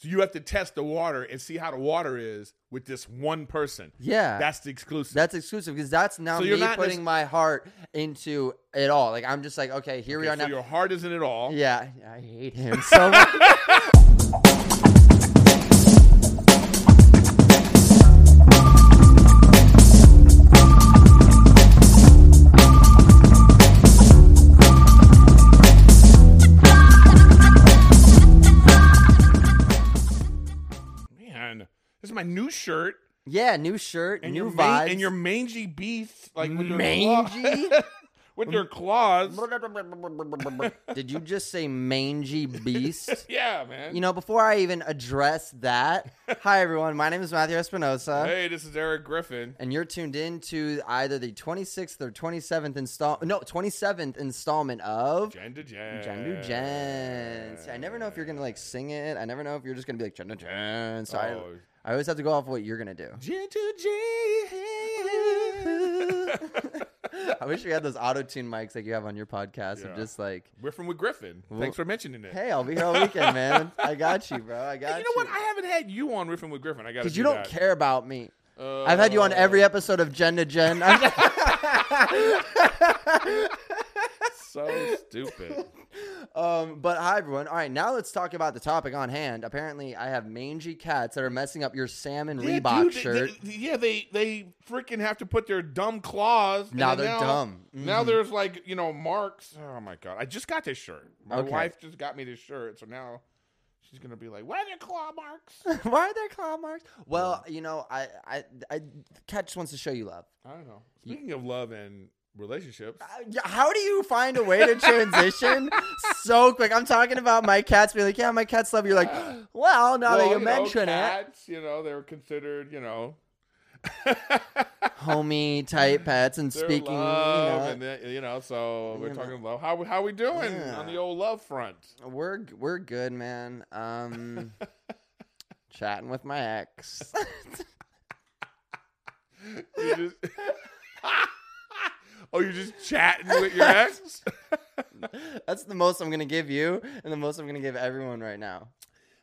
So you have to test the water and see how the water is with this one person. Yeah. That's the exclusive. That's exclusive because that's now So me you're not putting nec- my heart into it all. Like I'm just like, okay, here we Okay, are so now. your heart isn't at all. Yeah, I hate him so much. Man, this is my new shirt. Yeah, new shirt, And new your man- vibes. and your mangy beef, like with your Mangy? claw- with your claws. Did you just say mangy beast? Yeah, man. You know, before I even address that, hi everyone, my name is Matthew Espinosa. hey, this is Eric Griffin. And you're tuned in to either the 26th or 27th install no 27th installment of Jen to Jen. Jendu Jen. See, I never know if you're gonna like sing it. I never know if you're just gonna be like Jendu Jen. So Oh. I, I always have to go off what you're gonna do. Jen to Jen. I wish we had those auto tune mics like you have on your podcast. Yeah. Of just like, We're from with Griffin. Thanks for mentioning it. hey, I'll be here all weekend, man. I got you, bro. I got Hey, you know what? I haven't had you on Riffin with Griffin. I got Because you don't that. care about me. Uh, I've had you on every episode of Jen to Jen. I'm just- So stupid. um, but hi, everyone. All right, now let's talk about the topic on hand. Apparently, I have mangy cats that are messing up your salmon Yeah, Reebok dude, they- shirt. they- yeah, they they freaking have to put their dumb claws. and Now then they're dumb. Mm-hmm. Now there's like you know marks. Oh my god! I just got this shirt. My Okay. wife just got me this shirt, so now she's gonna be like, "Why are there claw marks?" Why are there claw marks? Well, you know, I, I, I, Cat just wants to show you love. I don't know. Speaking of love and relationships, Uh, yeah, How do you find a way to transition so quick? I'm talking about my cats being like, yeah, my cats love you. You're Like, well, now well, that you know, mention it, cats, you know they're considered you know. homie type pets and They're speaking. you love, know, and then, you know, so we're You know. talking love. How how we doing Yeah. on the old love front? We're g- we're good, man. Um, chatting with my ex. You just- oh, you're just chatting with your ex. That's the most I'm gonna give you, and the most I'm gonna give everyone right now.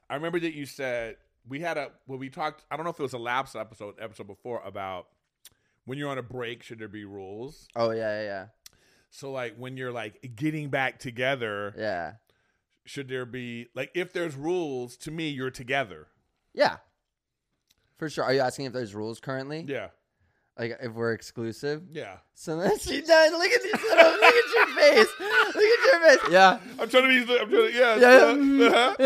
I remember that you said we had a when we talked. I don't know if it was a lapse episode episode before about when you're on a break. Should there be rules? Oh yeah, yeah, So like when you're like getting back together, yeah, yeah, should there be like if there's rules? To me, you're together. yeah. For sure. Are you asking if there's rules currently? Yeah, Like if we're exclusive? yeah. So then she died. Look at these little. look at your face. Look at your face. Yeah. I'm trying to be. I'm trying to. Yeah. Yeah, uh, mm, uh-huh. yeah,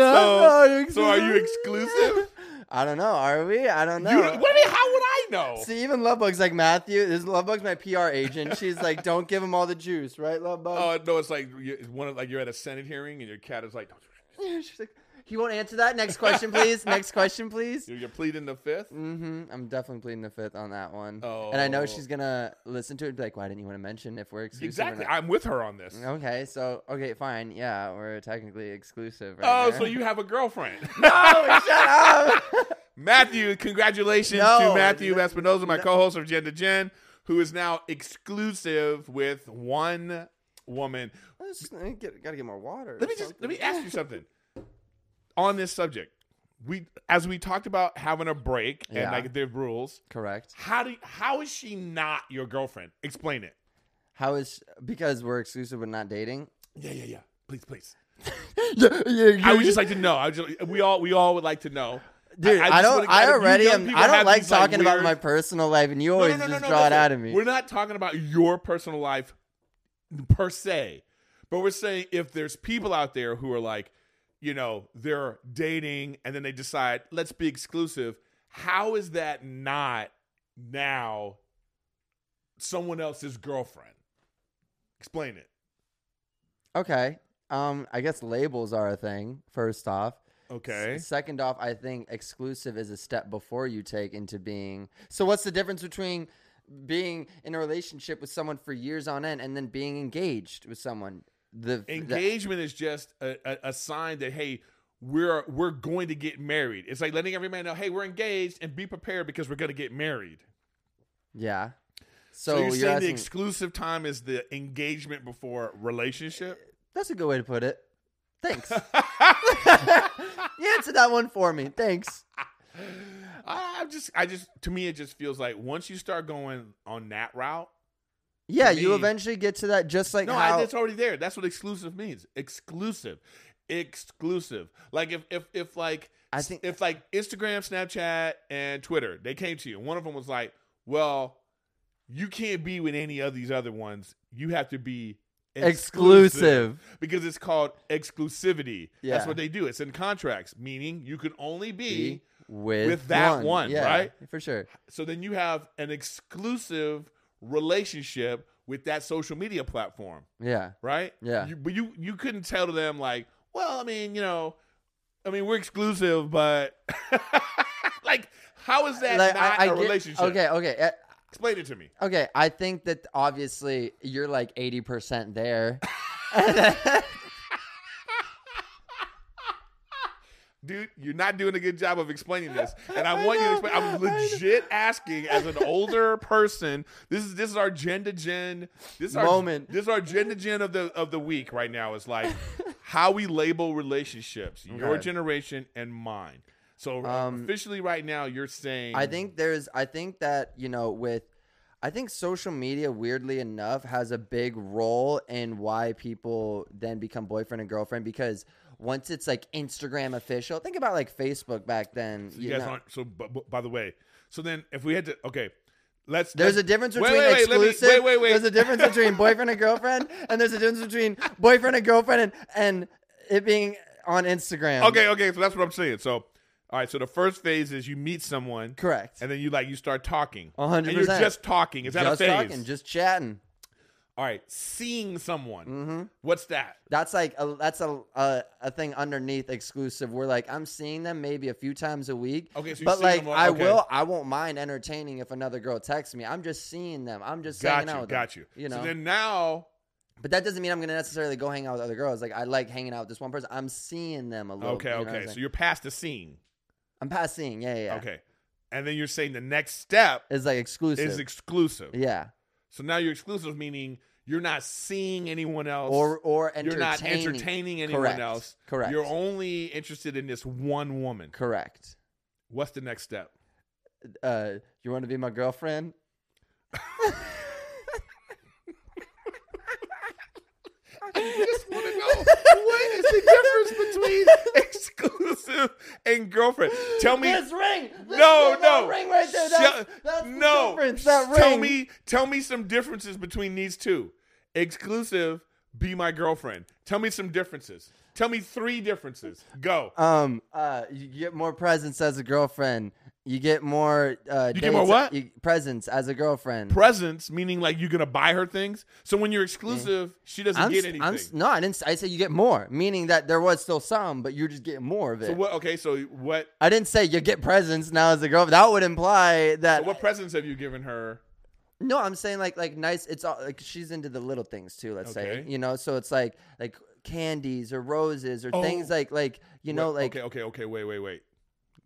so, no, you're so are you exclusive? I don't know. Are we? I don't know. You, what, do you- how would I know? See, even Lovebug's like Matthew. This Lovebug's my PR agent. She's like, don't give him all the juice, right, Lovebug? Oh no, it's like you- it's one of like you're at a senate hearing and your cat is like Oh. She's like, he won't answer that. Next question, please. Next question, please. you're, you're pleading the fifth. hmm I'm definitely pleading the fifth on that one. Oh. And I know she's gonna listen to it. And be like, why didn't you want to mention if we're exclusive? or Exactly, not?" I'm with her on this. Okay, so okay, fine. Yeah, we're technically exclusive. Right Oh, now. so you have a girlfriend. Oh, shut up. Matthew, congratulations No, to Matthew no, Espinosa, my no. co-host of Gen to Gen, who is now exclusive with one woman. Let's just- I get- gotta get more water. Let or me just let me something. ask you something on this subject. We as we talked about having a break and Yeah. like the rules. Correct. How do you- how is she not your girlfriend? Explain it. How is because we're exclusive but not dating? Yeah, yeah, yeah. Please, please. yeah, yeah, I would just like to know. I would just, we all we all would like to know. Dude, I, just don't. wanna- I you already young am. people I don't have like these, talking about weird- my personal life, and you No, always no, no, no, just no, draw it listen. out of me. We're not talking about your personal life per se, but we're saying if there's people out there who are like, you know, they're dating and then they decide let's be exclusive. How is that not now someone else's girlfriend? Explain it. okay. Um, I guess labels are a thing. First off. Okay. S- second off, I think exclusive is a step before you take into being. So what's the difference between being in a relationship with someone for years on end and then being engaged with someone? The the- Engagement is just a, a, a sign that hey, we're we're going to get married. It's like letting every man know, hey, we're engaged and be prepared because we're going to get married. yeah. So, So, you're, saying the asking- exclusive time is the engagement before relationship? that's a good way to put it. Thanks. you answered that one for me. Thanks. I I'm just, I just, to me, it just feels like once you start going on that route, Yeah, To you me- eventually get to that just like no, how I, it's already there. That's what exclusive means. Exclusive, exclusive. Like if, if, if like, I think- if like Instagram, Snapchat, and Twitter, they came to you. and One of them was like, well, you can't be with any of these other ones. You have to be exclusive. because it's called exclusivity. Yeah. That's what they do. It's in contracts, meaning you can only be. Be With, with that one, Yeah, right? For sure. So then you have an exclusive relationship with that social media platform, Yeah. right? Yeah. You, but you you couldn't tell to them like, well, I mean, you know, I mean, we're exclusive, but like, how is that Like, not a get- relationship? Okay, okay. uh, Explain it to me. Okay, I think that obviously you're like 80% there. Dude, you're not doing a good job of explaining this, and I want you to explain. I'm I know. legit asking as an older person. This is this is our gen to gen. This is our, Moment. This is our gen to gen of the of the week right now. Is like how we label relationships. Your Okay. generation and mine. So Um, officially, right now, you're saying I think there's I think that, you know, with I think social media weirdly enough has a big role in why people then become boyfriend and girlfriend because once it's like Instagram official, think about like Facebook back then. you guys know. aren't. So, but, but- by the way, so then if we had to, okay, let's. There's a let's- difference wait, between wait, wait, let me- exclusive. wait, wait, wait. There's a difference between boyfriend and girlfriend, and there's a difference between boyfriend and girlfriend and, and it being on Instagram. Okay, okay, so that's what I'm saying. So, all right, so the first phase is you meet someone, correct. and then you like you start talking, A hundred and you're percent. just talking. Is that just a phase? talking, just chatting. all right, seeing someone. Mm-hmm. What's that? That's like a, that's a, a a thing underneath exclusive. We're like I'm seeing them maybe a few times a week. Okay, so you're but seeing like them more- I okay. will, I won't mind entertaining if another girl texts me. I'm just seeing them. I'm just Got hanging out you, with got them. you. You know, So then now, but that doesn't mean I'm gonna necessarily go hang out with other girls. Like I like hanging out with this one person. I'm seeing them a little. okay, you know what I'm okay, saying? so you're past the seeing. I'm past seeing. Yeah, yeah. yeah. Okay, and then you're saying the next step It's like exclusive. is exclusive. yeah. So now you're exclusive, meaning you're not seeing anyone else, Or or you're entertaining. not entertaining anyone Correct, else. correct. You're only interested in this one woman. Correct. What's the next step? Uh, you want to be my girlfriend? I just want to know what is the difference between exclusive and girlfriend. Tell me. this ring. This no, no. ring, That ring right there. That's, Shut- that's the no. difference. That ring. Tell me, tell me some differences between these two. Exclusive, be my girlfriend. Tell me some differences. Tell me three differences. Go. Um. Uh. You get more presents as a girlfriend. You get more. Uh, You get more what? You, presents as a girlfriend. Presents, meaning like you're gonna buy her things. So when you're exclusive, she doesn't I'm, get s- anything. I'm s- no, I didn't. s- I said you get more, meaning that there was still some, but you're just getting more of it. so what? Okay, so what? I didn't say you get presents now as a girlfriend. That would imply that What presents have you given her? No, I'm saying like like nice. It's all like she's into the little things too. Let's say Okay. you know, so it's like like candies or roses or things Oh. like like you know What- like okay, okay, okay. Wait, wait, wait.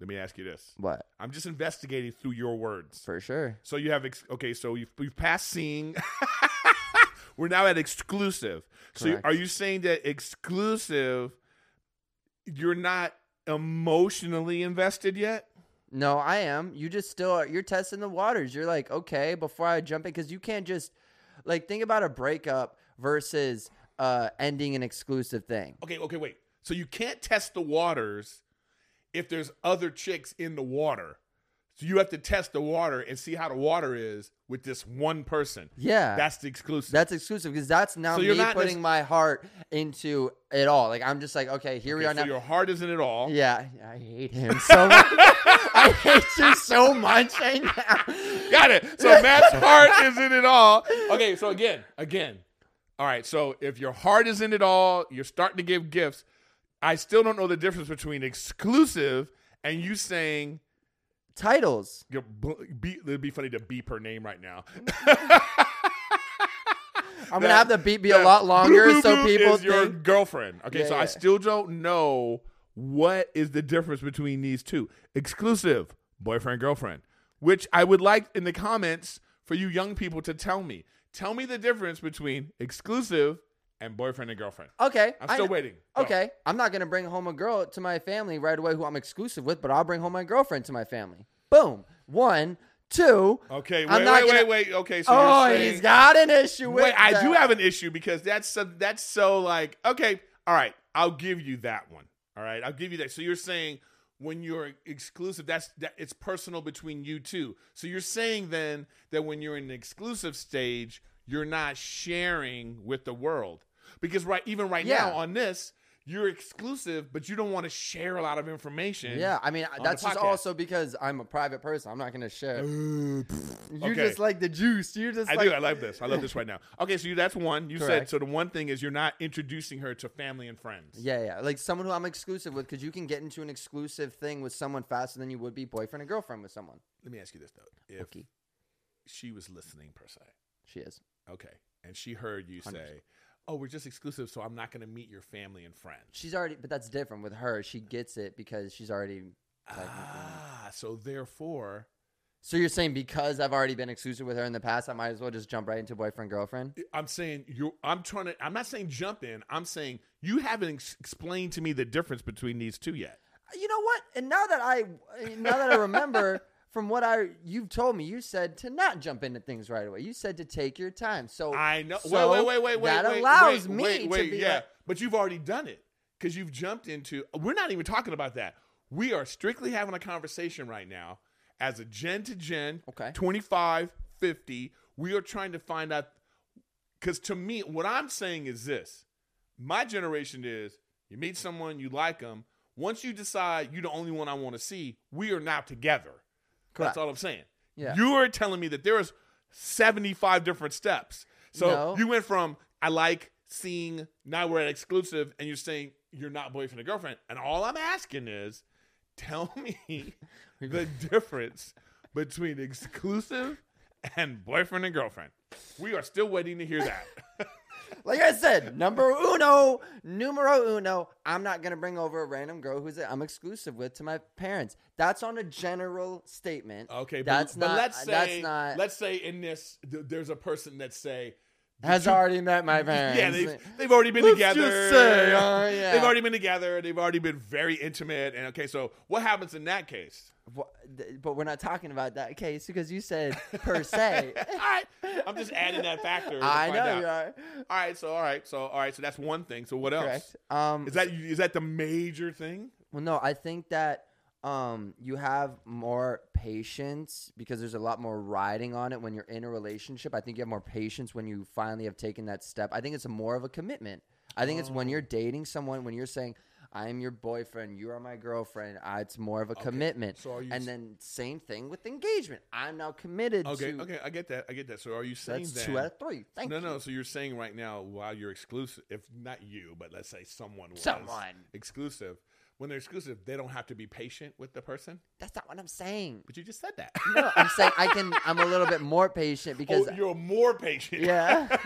Let me ask you this. what I'm just investigating through your words. for sure. So you have ex- okay. So you've, we've passed seeing. We're now at exclusive. So you, Correct. are you saying that exclusive? You're not emotionally invested yet. No, I am. You just still are, you're testing the waters. You're like okay before I jump in because you can't just like think about a breakup versus uh ending an exclusive thing. Okay, okay, wait. So you can't test the waters if there's other chicks in the water. So you have to test the water and see how the water is with this one person. Yeah, That's the exclusive. That's exclusive because that's now So me you're not putting nec- my heart into it all. Like I'm just like, okay, here we Okay, are so now. your heart isn't at all. Yeah, I hate him so much. I hate you so much right now. Got it. So Matt's heart isn't it all. Okay, so again, again. All right, so if your heart isn't it all, you're starting to give gifts. I still don't know the difference between exclusive and you saying Titles. you're, bl- be, it'd be funny to beep her name right now. I'm gonna have the beat be a Yeah, lot longer Blue Blue so Blue people is your think. girlfriend. Okay, Yeah, so yeah. I still don't know what is the difference between these two. Exclusive boyfriend girlfriend, which I would like in the comments for you young people to tell me. Tell me the difference between exclusive and boyfriend and girlfriend. Okay. I'm I still kn- waiting. Go. Okay. I'm not gonna bring home a girl to my family right away who I'm exclusive with, but I'll bring home my girlfriend to my family. Boom. One, two. Okay. I'm Wait. Wait. not Wait. gonna- Wait. Okay. So Oh, you're saying, he's got an issue with. Wait. I do that. have an issue because that's so, that's so like okay. All right. I'll give you that one. All right. I'll give you that. So you're saying when you're exclusive, that's that it's personal between you two. So you're saying then that when you're in the exclusive stage, you're not sharing with the world because right even right Yeah. now on this. You're exclusive, but you don't want to share a lot of information. Yeah, I mean the that's just podcast. also because I'm a private person. I'm not gonna share. You're okay. just like the juice. You're just I like do. I love this. I love this right now. Okay, so you, that's one. You said Correct. so. The one thing is you're not introducing her to family and friends. Yeah, yeah. Like someone who I'm exclusive with, because you can get into an exclusive thing with someone faster than you would be boyfriend and girlfriend with someone. Let me ask you this though: If Okay. she was listening per se, She is. okay, and she heard you say, "Oh, we're just exclusive, so I'm not going to meet your family and friends." She's already, but that's different with her. She gets it because she's already. Technically. Ah, so therefore, So you're saying because I've already been exclusive with her in the past, I might as well just jump right into boyfriend girlfriend. I'm saying you. I'm trying to. I'm not saying jump in. I'm saying you haven't ex- explained to me the difference between these two yet. You know what? And now that I, now that I remember from what I you've told me, you said to not jump into things right away. You said to take your time. So I know. So wait, wait, wait, wait, That wait, allows wait, me wait, wait, to be yeah. like, but you've already done it because you've jumped into. We're not even talking about that. We are strictly having a conversation right now as a gen to gen, Okay. 25, 50. We are trying to find out. Because to me, what I'm saying is this my generation is you meet someone, you like them. Once you decide you're the only one I want to see, we are now together. Correct. That's all I'm saying. Yeah. You are telling me that there is 75 different steps. So No. you went from I like seeing, now we're at exclusive, and you're saying you're not boyfriend and girlfriend. And all I'm asking is tell me the difference between exclusive and boyfriend and girlfriend. We are still waiting to hear that. Like I said, number uno, numero uno. I'm not gonna bring over a random girl who's I'm exclusive with to my parents. That's on a general statement. Okay, but, that's but not. let's say that's not. let's say in this th- there's a person that say has two- already met my parents. yeah they've, they've already been Let's together. just say, uh, yeah. They've already been together. They've already been very intimate. And okay, so what happens in that case? Wha- th- But we're not talking about that case because you said per se. all right, I'm just adding that factor. to I find know out. you are All right, so all right, so all right, so that's one thing. So what else? correct. Um, Is that is that the major thing? Well, no, I think that um, you have more patience because there's a lot more riding on it when you're in a relationship. I think you have more patience when you finally have taken that step. I think it's a more of a commitment. I think it's when Oh. you're dating someone, when you're saying, I'm your boyfriend, you are my girlfriend, uh, it's more of a commitment. So are you s- and then, same thing with engagement. I'm now committed Okay, to. okay, I get that. I get that. So are you saying That's that? two out of three. Thank no, you. no. So you're saying right now, while you're exclusive, if not you, but let's say someone was Someone. exclusive. When they're exclusive, they don't have to be patient with the person. That's not what I'm saying. But you just said that. No, I'm saying I can. I'm a little bit more patient because oh, you're more patient. yeah.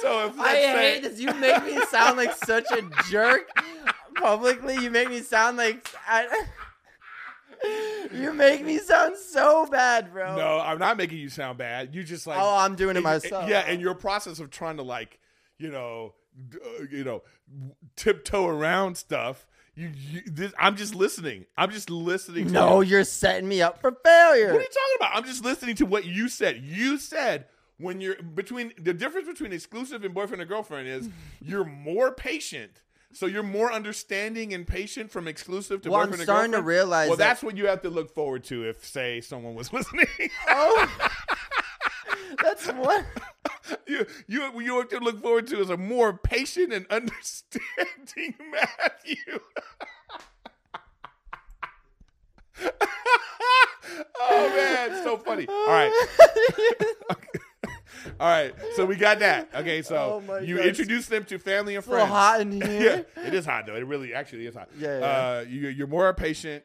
So if let's I say, hate this. You make me sound like such a jerk publicly. You make me sound like I, you make me sound so bad, bro. no, I'm not making you sound bad. You just like Oh, I'm doing it and- and- myself. Yeah, and your process of trying to like, you know, d- uh, you know, tiptoe around stuff. You, you this, I'm just listening. I'm just listening. To no, you. you're setting me up for failure. what are you talking about? I'm just listening to what you said. You said when you're between the difference between exclusive and boyfriend and girlfriend is you're more patient. So you're more understanding and patient from exclusive to Well, I'm boyfriend and girlfriend. starting to realize Well, that- that's what you have to look forward to if, say, someone was listening. oh, that's what. you you what you have to look forward to is a more patient and understanding Matthew. oh man, it's so funny. All right. All right. So we got that. Okay, Oh, so my you God. introduce them to family and a little friends. hot in here. Yeah, it is hot though. It really actually is hot. Yeah, yeah. Uh, you, you're more patient.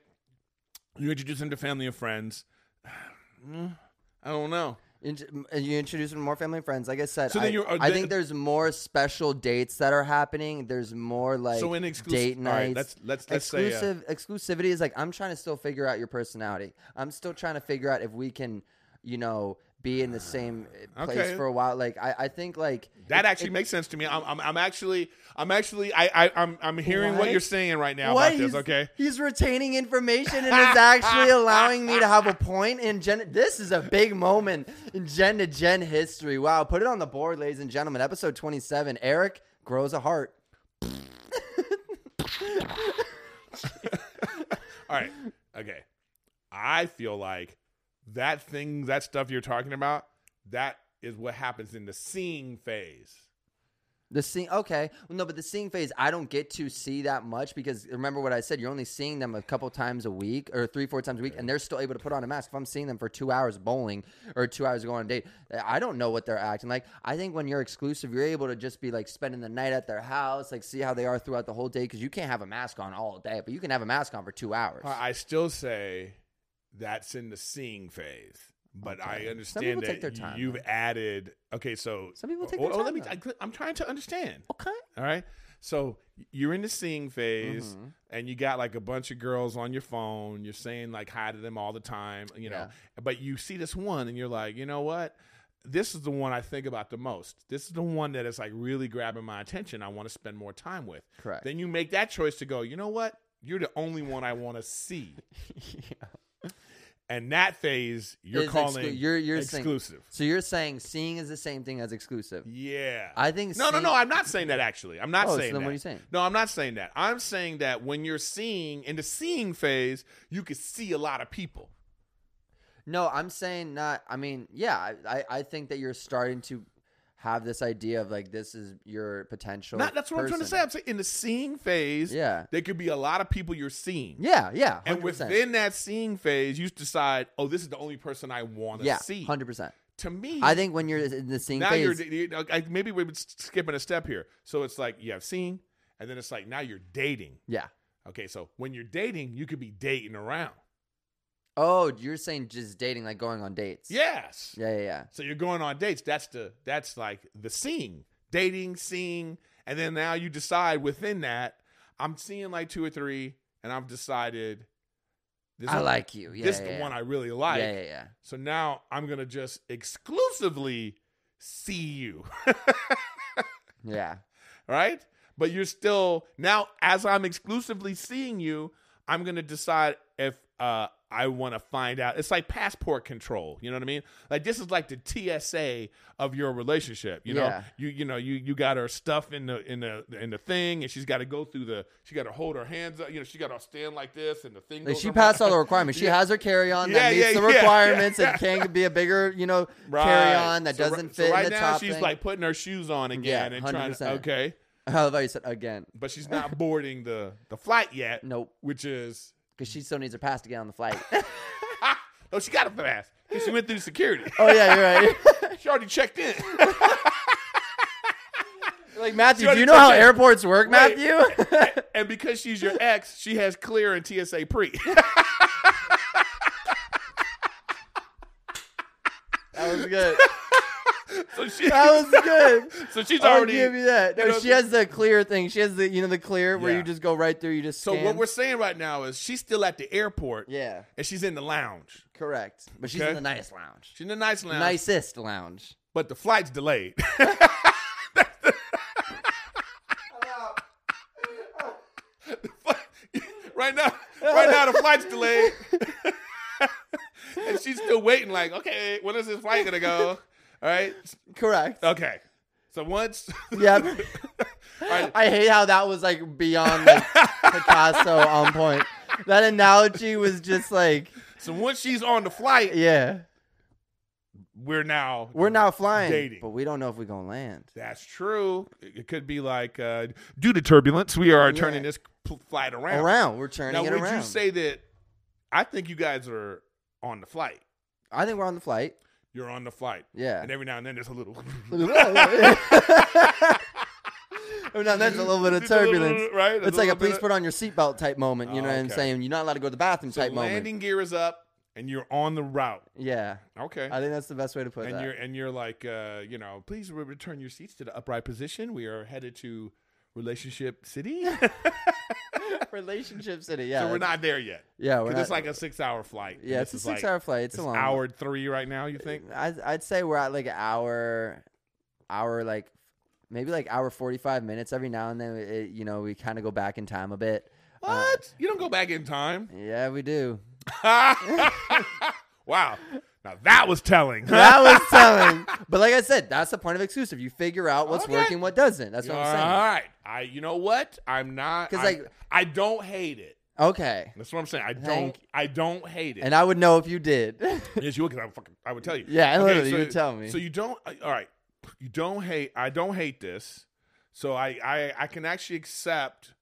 You introduce them to family and friends. Mm. I don't know. Int- and you introduce them to more family and friends. Like I said, So I, then you're- are I they- think there's more special dates that are happening. There's more like So in exclus- date all nights. right, let's- let's- let's say, uh, exclusive exclusivity is like I'm trying to still figure out your personality. I'm still trying to figure out if we can, you know, be in the same eh, place Okay. for a while. Like I, I think like That actually makes sense to me. I'm, I'm, I'm actually, I'm actually, I, I, I'm, I'm hearing what? What? you're saying right now about this. He's- Okay, He's retaining information and it's actually allowing me to have a point in gen. This is a big moment in gen to gen history. Wow, put it on the board, ladies and gentlemen. Episode twenty seven. Eric grows a heart. all right, okay. I feel like that thing, that stuff you're talking about, that is what happens in the seeing phase. The seeing, okay, well, no, but the seeing phase, I don't get to see that much because remember what I said. You're only seeing them a couple times a week or three, four times a week, and they're still able to put on a mask. If I'm seeing them for two hours bowling or two hours going on a date, I don't know what they're acting like. I think when you're exclusive, you're able to just be like spending the night at their house, like see how they are throughout the whole day because you can't have a mask on all day, but you can have a mask on for two hours. I I still say that's in the seeing phase, but Okay. I Some understand people that take their time, you've though. added. Okay, so Some people take oh, their oh, time, let me. I, am trying to understand. okay. All right. So you're in the seeing phase Mhm. and you got like a bunch of girls on your phone. You're saying like hi to them all the time, you know. Yeah. But you see this one and you're like, you know what? This is the one I think about the most. This is the one that is like really grabbing my attention. I want to spend more time with. Correct. Then you make that choice to go, you know what? You're the only one I want to see. And that phase you're It's exclu- calling you're- you're saying- exclusive. So you're saying seeing is the same thing as exclusive. yeah. I think No, no, seeing- no. I'm not saying that. Actually, I'm not Oh, so saying then that. what are you saying? No, I'm not saying that. I'm saying that when you're seeing in the seeing phase, you can see a lot of people. No, I'm saying not. I mean, yeah, I, I, I think that you're starting to have this idea of like this is your potential. Not, that's what I'm trying to say. person. I'm saying in the seeing phase, Yeah. there could be a lot of people you're seeing. Yeah, yeah, 100%. And within that seeing phase, you decide, oh, this is the only person I want to yeah, see. hundred percent. To me, I think when you're in the seeing now phase, you're you- I- maybe we're skipping a step here. So it's like you have seen, and then it's like now you're dating. yeah. Okay, so when you're dating, you could be dating around. Oh, you're saying just dating, like going on dates. Yes. yeah, yeah, yeah. So you're going on dates. That's the that's like the seeing, dating, seeing, and then now you decide within that. I'm seeing like two or three, and I've decided this. I is- like you. Yeah, this is yeah, the yeah. one I really like. Yeah, yeah, yeah. So now I'm gonna just exclusively see you, Yeah. right? But you're still now as I'm exclusively seeing you, I'm gonna decide if uh, I want to find out. It's like passport control. You know what I mean? Like this is like the TSA of your relationship. You know, Yeah. you you know you you got her stuff in the in the in the thing, and she's got to go through the. She got to hold her hands up. You know, she got to stand like this, and the thing. Like goes she around. passed all the requirements. She Yeah. has her carry on Yeah, that meets yeah, the yeah, yeah. requirements. It can be a bigger, you know, carry on that So ri- doesn't so fit in right the now, top she's thing. like putting her shoes on again and trying to. 100%. Okay, I love how you said again. but she's not boarding the the flight yet. Nope. which is because she still needs her pass to get on the flight. ah, oh she got a pass. 'cause She went through security. oh yeah, you're right. she already checked in. like Matthew, She do you know how already airports work, Wait. Matthew? and because she's your ex, she has clear and TSA pre. that was good. so she That was good. so she's I'll already give you that. No, you know, she has the clear thing. She has the you know the clear where Yeah. you just go right through. You just So scan. what we're saying right now is she's still at the airport yeah and she's in the lounge. correct, but she's Okay. in the nice lounge, She's in the nice lounge. nicest lounge. But the flight's delayed. right now, right now the flight's delayed, and she's still waiting. Like, okay, when is this flight gonna go? All right, Correct. okay. So once, Yep. All right. I hate how that was like beyond like Picasso on point. That analogy was just like, so once she's on the flight, yeah, we're now we're now flying, Dating. but we don't know if we're gonna land. That's true. It it could be like uh, due to turbulence, we are Yeah. turning this pl- flight around. Around, we're turning Now, it would around. you say that? I think you guys are on the flight. I think we're on the flight. You're on the flight, Yeah. and every now and then there's a little. oh, no, that's a little bit of Just a little- turbulence. right? It's like a little bit please of- put on your seatbelt type moment. You know Oh, what I'm okay. saying? You're not allowed to go to the bathroom So type moment. landing gear is up, and you're on the route. Yeah, Okay. I think that's the best way to put and that. you're and you're like, uh, you know, please re- return your seats to the upright position. We are headed to relationship city. relationships in it. Yeah, so we're not there yet. Yeah, we're Because not. it's like a six-hour flight. yeah, This it's a is like- six hour flight. It's It's a long hour three right now. You think? I'd, I'd say we're at like an hour, hour like maybe like hour forty five minutes every now and then. It, you know, we kind of go back in time a bit. Uh, What? you don't go back in time. yeah, we do. wow. Now that was telling. That was telling. But like I said, that's the point of exclusive. You figure out what's Okay. working, what doesn't. That's what All I'm right. I. You know what? I'm not. 'Cause, I- like- I don't hate it. saying. Okay. That's what I'm saying. I Thank- don't. I don't hate it. And I would know if you did. yes, you would. 'cause I would fucking. I would tell you. yeah, and Okay, literally, you would tell me. So you don't. uh, All right. You don't hate. I don't hate this. So I. I. I can actually accept.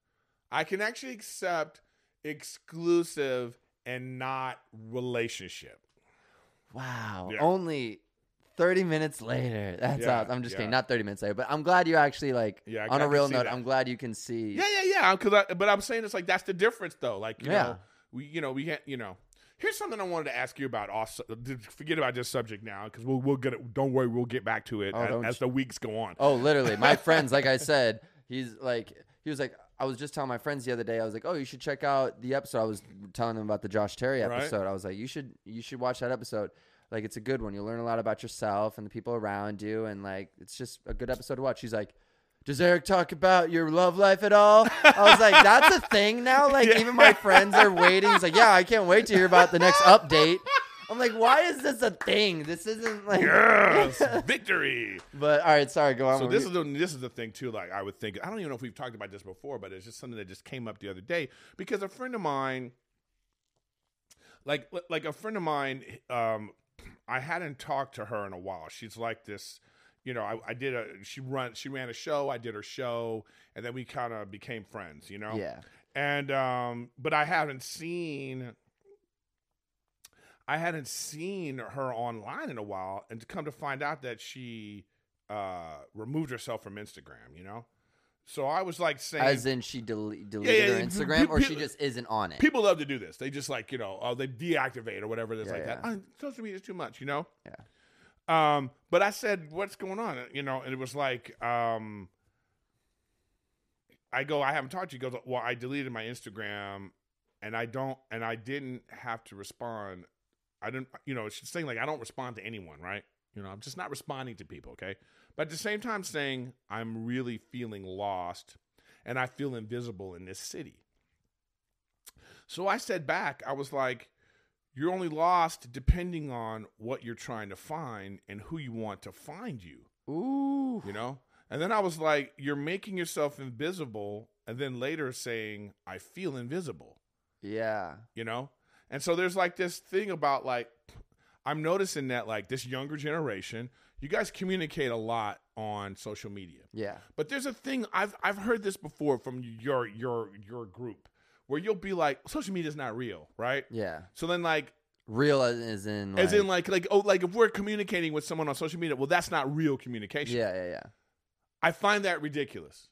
I can actually accept exclusive and not relationship. wow. Yeah. Only 30 minutes later. That's Yeah, awesome. I'm just kidding. yeah. Not 30 minutes later, but I'm glad you actually, like, Yeah, I- on I a can real see note, that. I'm glad you can see. Yeah, yeah, yeah. Because I, but I'm saying it's like that's the difference though. Like you Yeah. know, we you know we can't you know. Here's something I wanted to ask you about. Also, forget about this subject now because we'll we'll get it. Don't worry, we'll get back to it Oh, as, don't as you- the weeks go on. Oh, literally. My friends, like I said, he's like, he was like, I was just telling my friends the other day. I was like, "Oh, you should check out the episode." I was telling them about the Josh Terry Right. episode. I was like, "You should, you should watch that episode. Like, it's a good one. You'll learn a lot about yourself and the people around you, and like, it's just a good episode to watch." He's like, "Does Eric talk about your love life at all?" I was like, "That's a thing now. Like, Yeah. even my friends are waiting." He's like, "Yeah, I can't wait to hear about the next update." I'm like, "Why is this a thing? This isn't like." Yes, victory. But all right, sorry, go on. So with this you. is the, this is the thing too. Like I would think I don't even know if we've talked about this before, but it's just something that just came up the other day because a friend of mine, like like a friend of mine, um, I hadn't talked to her in a while. She's like this, you know. I, I did a she run she ran a show. I did her show, and then we kind of became friends. You know. yeah. And um, but I haven't seen. I hadn't seen her online in a while, and to come to find out that she uh, removed herself from Instagram, you know. So I was like saying, As in, she dele- deleted yeah, her yeah, Instagram, or she people- just isn't on it. people love to do this. They just like you know, oh, they deactivate or whatever. That's Yeah, like that. yeah. Oh, social media is too much, you know. Yeah. Um, but I said, "What's going on?" You know, and it was like, um, I go, "I haven't talked to you." He goes, "Well, I deleted my Instagram, and I don't, and I didn't have to respond. I didn't, you know, it's just saying like I don't respond to anyone, right? You know, I'm just not responding to people, okay? But at the same time, saying I'm really feeling lost, and I feel invisible in this city." So I said back, I was like, you're only lost depending on what you're trying to find and who you want to find you, Ooh. you know? And then I was like, you're making yourself invisible and then later saying, I feel invisible, Yeah. you know? And so there's like this thing about like, I'm noticing that like this younger generation, you guys communicate a lot on social media. Yeah. But there's a thing I've I've heard this before from your your your group where you'll be like social media is not real, right? Yeah. So then like Real as, as in. Like, as in like like oh like if we're communicating with someone on social media, well that's not real communication. Yeah, yeah, yeah. I find that ridiculous.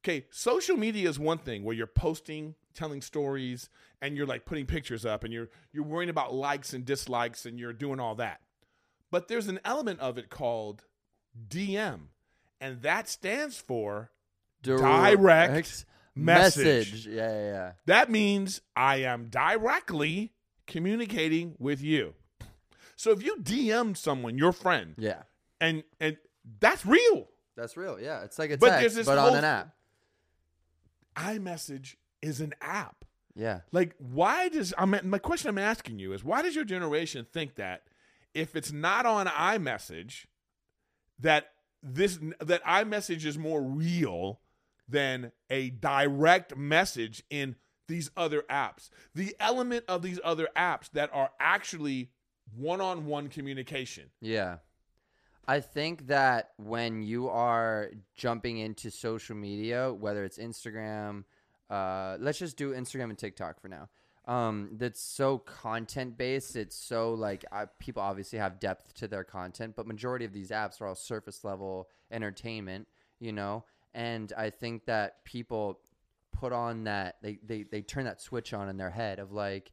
Okay, social media is one thing where you're posting, telling stories, and you're like putting pictures up and you're you're worrying about likes and dislikes and you're doing all that. But there's an element of it called DM, and that stands for Direct message. message. Yeah, yeah, yeah. That means I am directly communicating with you. So if you DM someone, your friend, Yeah. and and that's real. That's real. Yeah. It's like a But text, there's this but on whole- an app. iMessage is an app. Yeah. Like, why does I'm my question I'm asking you is why does your generation think that if it's not on iMessage, that this that iMessage is more real than a direct message in these other apps? The element of these other apps that are actually one-on-one communication. Yeah. I think that when you are jumping into social media, whether it's Instagram, uh, let's just do Instagram and TikTok for now. Um, that's so content based. It's so like uh, people obviously have depth to their content, but majority of these apps are all surface level entertainment, you know. And I think that people put on that they they they turn that switch on in their head of like,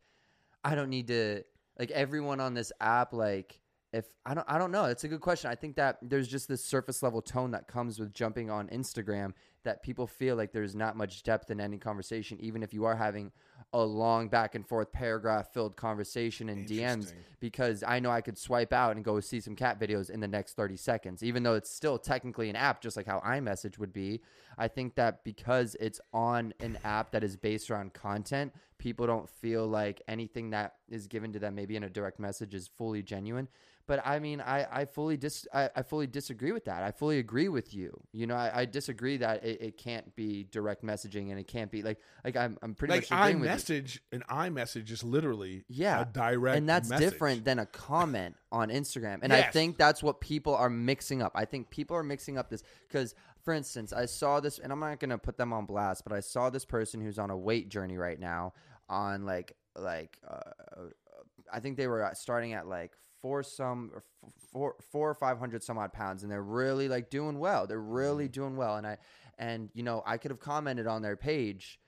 I don't need to like everyone on this app like if I don't I don't know. It's a good question. I think that there's just this surface level tone that comes with jumping on Instagram that people feel like there's not much depth in any conversation, even if you are having a long back and forth paragraph filled conversation in DMs, Interesting. because I know I could swipe out and go see some cat videos in the next 30 seconds, even though it's still technically an app, just like how iMessage would be. I think that because it's on an app that is based around content, people don't feel like anything that is given to them, maybe in a direct message, is fully genuine. But I mean, I, I fully dis I, I fully disagree with that. I fully agree with you. You know, I, I disagree that it, it can't be direct messaging and it can't be like like I'm I'm pretty Like much agreeing with you. iMessage, an iMessage is literally Yeah, a direct and that's message. different than a comment on Instagram. And I Yes. think that's what people are mixing up. I think people are mixing up this because, for instance, I saw this, and I'm not gonna put them on blast, but I saw this person who's on a weight journey right now on like like uh, I think they were at- starting at like four some or f- four four or five hundred some odd pounds, and they're really like doing well. They're Mm-hmm. really doing well, and I and you know I could have commented on their page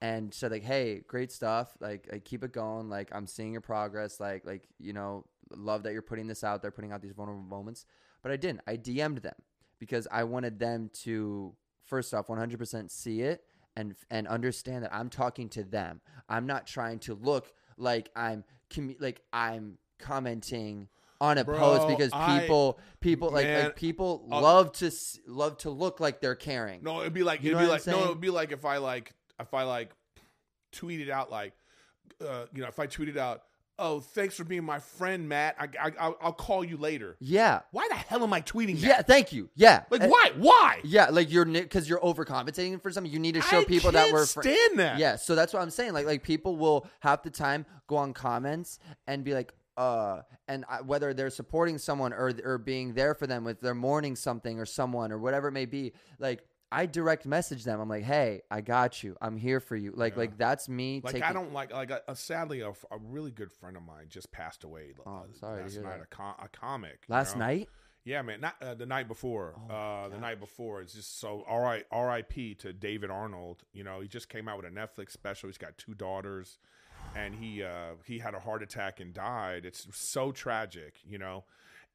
and said like, "Hey, great stuff. Like, like keep it going. Like, I'm seeing your progress. Like, like you know, love that you're putting this out there, putting out these vulnerable moments." But I didn't. I DM'd them because I wanted them to first off 100% see it and and understand that I'm talking to them. I'm not trying to look like I'm commu- like I'm commenting on a Bro, post because I- people people like man, like people uh, love to s- love to look like they're caring. No, it'd be like You it'd know be what like I'm no, saying? it'd be like if I like if I like tweeted out like uh, you know if I tweeted out oh thanks for being my friend Matt I, I I'll, I'll call you later. Yeah. Why the hell am I tweeting that? Yeah, thank you. Yeah. Like Uh, why why? Yeah, like you're because you're overcompensating for something. You need to show I people that can't we're fri- stand that. Yeah, so that's what I'm saying. Like, like people will half the time go on comments and be like, uh, and I, whether they're supporting someone or or being there for them with they're mourning something or someone or whatever it may be, like. I direct message them. I'm like, "Hey, I got you. I'm here for you." Like, like that's me. Like taking, I don't like like a, a, sadly a, a really good friend of mine just passed away. uh, I'm Oh, sorry to last hear night that. A, com- a comic you Last know? night, Yeah, man. Not uh, the night before. uh, the night before. It's just so. All right. R.I.P. to David Arnold. You know, he just came out with a Netflix special. He's got two daughters, and he uh, he had a heart attack and died. It's so tragic. You know.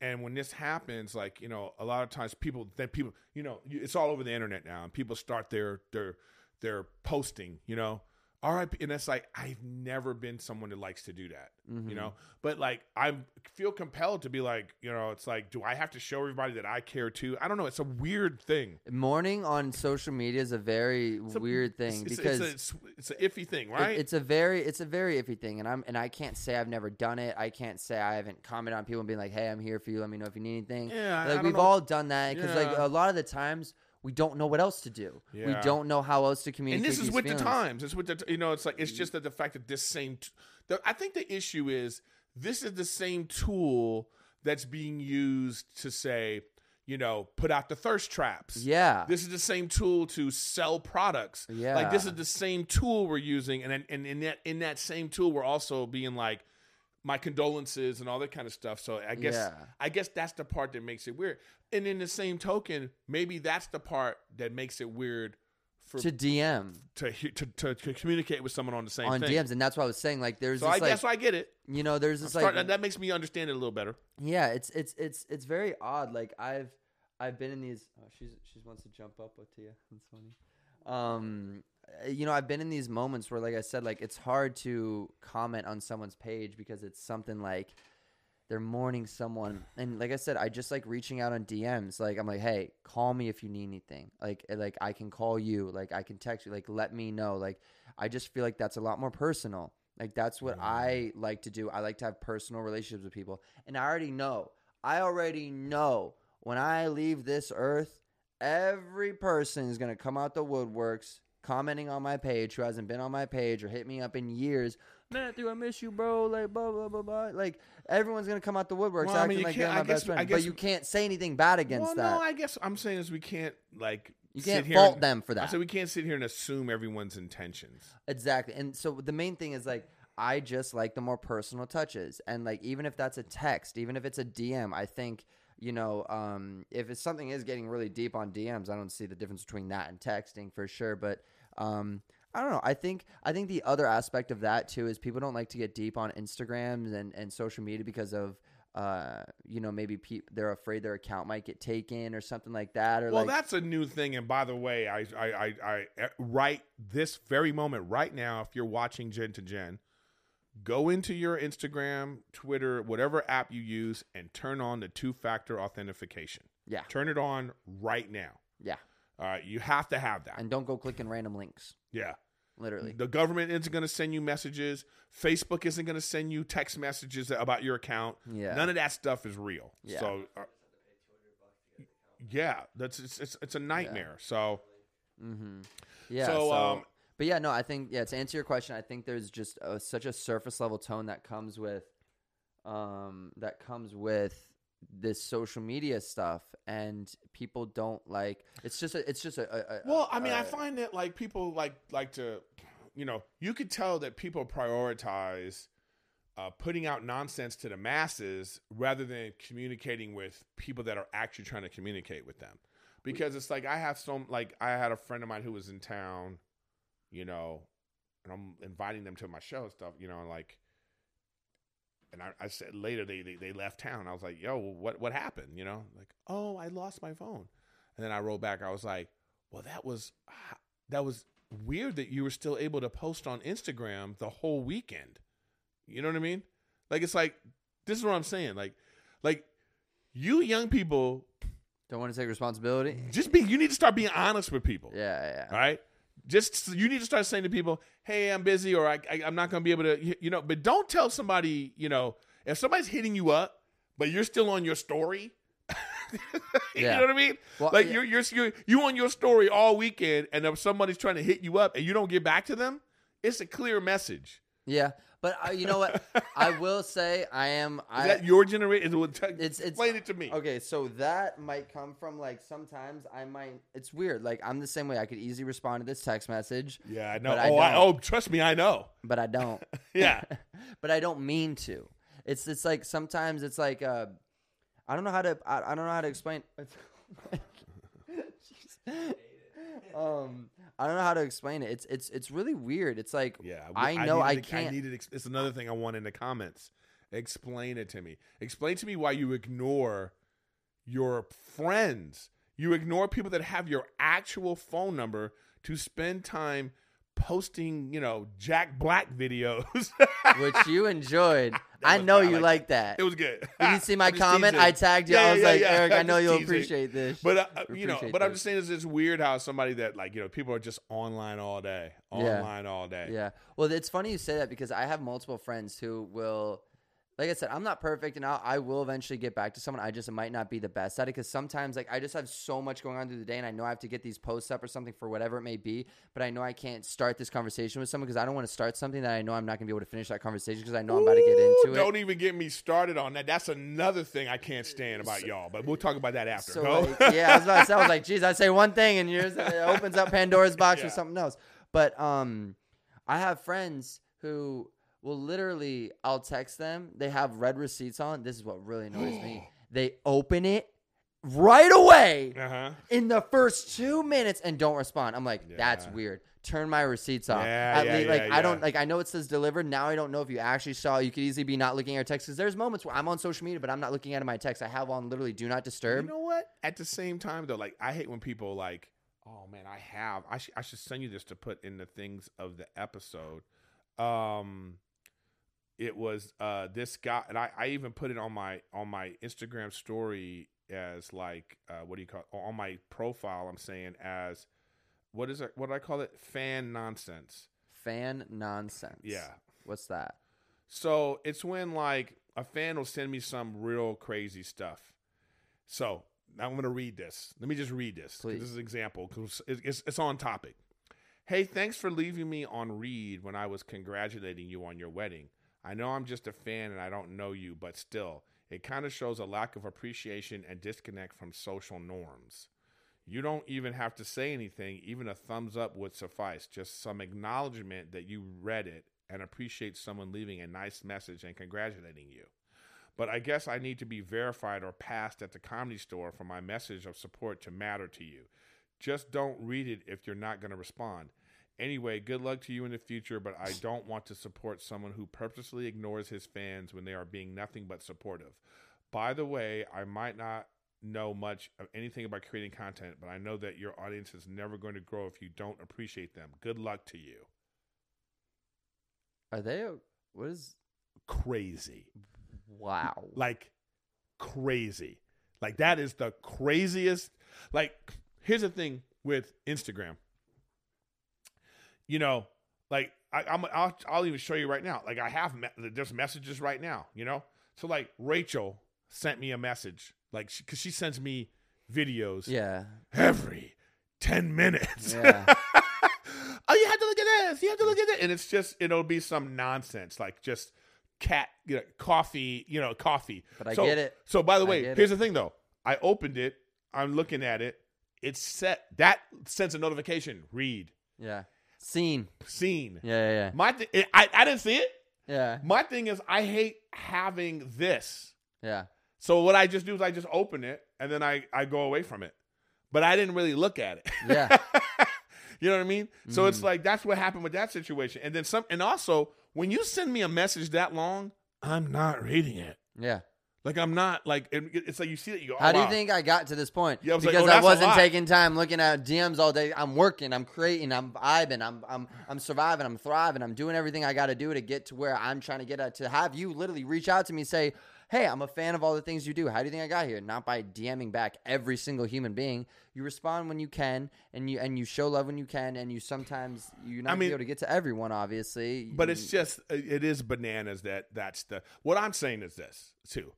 And when this happens, like you know, a lot of times people then people, you know, you- it's all over the internet now, and people start their their their posting, you know, R.I.P. And it's like I've never been someone that likes to do that, Mm-hmm. you know. But like I feel compelled to be like, you know, it's like, do I have to show everybody that I care too? I don't know. It's a weird thing. mourning on social media is a very weird thing It's, because it's, a, it's, it's an iffy thing, it- right? it's a very it's a very iffy thing, and I'm and I can't say I've never done it. I can't say I haven't commented on people and being like, "Hey, I'm here for you. Let me know if you need anything." Yeah, I- I like don't we've know. all done that because like Yeah. a lot of the times we don't know what else to do. We Yeah. don't know how else to and communicate. this is these Mm-hmm. with feelings. the times. It's with the t- you know. It's like it's just that the fact that this same. T- the, I think the issue is this is the same tool that's being used to say, you know, put out the thirst traps. Yeah. This is the same tool to sell products. Like this Yeah. is the same tool we're using, and then- and in that in that same tool we're also being like. My condolences and all that kind of stuff. So I guess Yeah. I guess that's the part that makes it weird. And in the same token, maybe that's the part that makes it weird for to DM to he- to, to to communicate with someone on the same on thing. DMs, and that's what I was saying. Like, there's so I this like guess I get it. you know, there's this Start- like that makes me understand it a little better. yeah it's it's it's it's very odd like i've i've been in these oh she's she wants to jump up with you that's funny um uh, you know i've been in these moments where like i said like it's hard to comment on someone's page because it's something like they're mourning someone and like i said i just like reaching out on dms like i'm like hey call me if you need anything like uh, like i can call you like i can text you like let me know like i just feel like that's a lot more personal like that's what i like to do i like to have personal relationships with people and i already know i already know when i leave this earth every person is going to come out the woodworks commenting on my page who hasn't been on my page or hit me up in years Matthew, I miss you, bro. Like, blah blah blah blah. Like, everyone's gonna come out the woodworks Well, I acting mean, you like can't- they're my I guess- best friend, I but guess- you can't say anything bad Well, against that. no, I guess I'm saying is we can't like you sit can't here fault and- them for I that. said we can't sit here and assume everyone's intentions. Exactly. And so the main thing is like I just like the more personal touches. And like even if that's a text, even if it's a DM, I think you know, um, if it's something is getting really deep on DMs, I don't see the difference between that and texting for sure. But um, I don't know. I think I think the other aspect of that too is people don't like to get deep on Instagrams and, and social media because of uh, you know, maybe peop they're afraid their account might get taken or something like that. Or Well, like, that's a new thing. And by the way, I, I, I, I, eh, right this very moment, right now, if you're watching Gen to Gen, go into your Instagram, Twitter, whatever app you use, and turn on the two factor authentication. yeah, Turn it on right now. yeah. All right, you have to have that. And don't go clicking random links. yeah. Literally. The government isn't going to send you messages. Facebook isn't going to send you text messages about your account. Yeah. None of that stuff is real. Yeah. So, uh, yeah, that's it's, it's, it's a nightmare. So, Mm-hmm. Yeah. So, So, um, but yeah, no, I think yeah. To answer your question, I think there's just a, such a surface level tone that comes with, um, that comes with this social media stuff, and people don't like. It's just a. It's just a. a, a well, I mean, I I find that like people like like to, you know, you could tell that people prioritize uh, putting out nonsense to the masses rather than communicating with people that are actually trying to communicate with them. Because it's like I have some like I had a friend of mine who was in town, you know, and I'm inviting them to my show and stuff, you know, and like and I, I said later they, they they left town. I was like, yo, what what happened? You know, like, oh, I lost my phone. And then I rolled back, I was like, well, that was h- that was weird that you were still able to post on Instagram the whole weekend. You know what I mean? Like it's like this is what I'm saying. Like like you young people don't want to take responsibility. just be you need to start being honest with people. Yeah, All right? Just you need to start saying to people, "Hey, I'm busy," or I, I, "I'm not going to be able to," you- you know. But don't tell somebody, you know, if somebody's hitting you up, but you're still on your story. Yeah. You know what I mean? Well, like yeah. you're, you're you're you on your story all weekend, and if somebody's trying to hit you up and you don't get back to them, it's a clear message. yeah. But uh, you know what? I will say I am. Is I, that your generation? It's- it's- explain it to me. Okay, so that might come from like sometimes I might. It's weird. Like I'm the same way. I could easily respond to this text message. Yeah, I know. But I oh, I, don't. oh, trust me, I know. but I don't. Yeah. but I don't mean to. It's it's like sometimes it's like uh, I don't know how to I, I don't know how to explain. Jeez. um, I don't know how to explain it. It's it's it's really weird. It's like Yeah, I know I, needed to- can't. I needed. ex- It's another thing I want in the comments. Explain it to me. Explain to me why you ignore your friends. You ignore people that have your actual phone number to spend time posting, you know, Jack Black videos. which you enjoyed. That I was know fine. I you liked like that. it was good. Did you see my I'm just comment? teasing. I tagged you. Yeah, I was yeah, like, yeah. Eric, I I'm know just you'll teasing. appreciate this. But uh, you know, appreciate but I'm this. just saying, it's just weird how somebody that like you know people are just online all day, Yeah. online all day. Yeah. Well, it's funny you say that because I have multiple friends who will, like I said, I'm not perfect and I'll, I will eventually get back to someone. I just might not be the best at it because sometimes, like, I just have so much going on through the day and I know I have to get these posts up or something for whatever it may be, but I know I can't start this conversation with someone because I don't want to start something that I know I'm not going to be able to finish that conversation because I know I'm about to get Ooh, into it. Don't even get me started on that. That's another thing I can't stand about y'all. But we'll talk about that after. So Go. like, yeah, I was about to say, I was like, geez, I say one thing and yours it opens up Pandora's box Yeah. with something else. But um, I have friends who will literally, I'll text them. They have red receipts on. This is what really annoys me. They open it right away uh-huh. in the first two minutes and don't respond. I'm like, that's Yeah. weird. Turn my receipts off. Yeah, At yeah, lea- like yeah, I don't yeah. like I know it says delivered. Now I don't know if you actually saw. You could easily be not looking at your text because there's moments where I'm on social media but I'm not looking at my text. I have on literally do not disturb. You know what? At the same time, though, like I hate when people like, oh man, I have. I, sh- I should send you this to put in the things of the episode. Um, it was uh this guy, and I, I even put it on my on my Instagram story as like uh what do you call it? on my profile? I'm saying as what is it? What do I call it? Fan nonsense. Fan nonsense. Yeah. What's that? So it's when like a fan will send me some real crazy stuff. So I'm going to read this. Let me just read this. 'cause Please. This is an example because it's, it's on topic. Hey, thanks for leaving me on read when I was congratulating you on your wedding. I know I'm just a fan and I don't know you, but still, it kind of shows a lack of appreciation and disconnect from social norms. You don't even have to say anything, even a thumbs up would suffice. Just some acknowledgement that you read it and appreciate someone leaving a nice message and congratulating you. But I guess I need to be verified or passed at the comedy store for my message of support to matter to you. Just don't read it if you're not going to respond. Anyway, good luck to you in the future, but I don't want to support someone who purposely ignores his fans when they are being nothing but supportive. By the way, I might not know much of anything about creating content, but I know that your audience is never going to grow if you don't appreciate them. Good luck to you. Are they? What is? Crazy. Wow. Like crazy. Like that is the craziest. Like here's the thing with Instagram. You know, like I, I'm, I'll, I'll even show you right now. Like I have me- there's messages right now. You know, so like Rachel sent me a message, like because she, sends me videos Yeah. every ten minutes. Yeah. oh, you have to look at this. You have to look at that, and it's just it'll be some nonsense like just cat you know, coffee. You know, coffee. But I So- get it. So by the I way, get here's the thing though. I opened it. I'm looking at it. It's set. That sends a notification. Read. Yeah. Scene. Seen. Yeah. Yeah. My th- I I didn't see it. Yeah. My thing is I hate having this. Yeah. yeah. So what I just do is I just open it and then I I go away from it. But I didn't really look at it. Yeah. you know what I mean? So it's Mm. like that's what happened with that situation. And then some and also when you send me a message that long, I'm not reading it. Yeah. Like I'm not like it- it's like you see that you go. How oh, do you wow. think I got to this point? Yeah, I was like, because oh, I that's a wasn't lot. taking time looking at DMs all day. I'm working, I'm creating, I'm vibing, I'm I'm I'm surviving, I'm thriving, I'm doing everything I got to do to get to where I'm trying to get at. To have you literally reach out to me, and say, "Hey, I'm a fan of all the things you do. How do you think I got here?" Not by DMing back every single human being. You respond when you can, and you and you show love when you can, and you sometimes you're not I gonna mean- be able to get to everyone, obviously. But You- it's just uh, it is bananas that that's the what I'm saying is this too.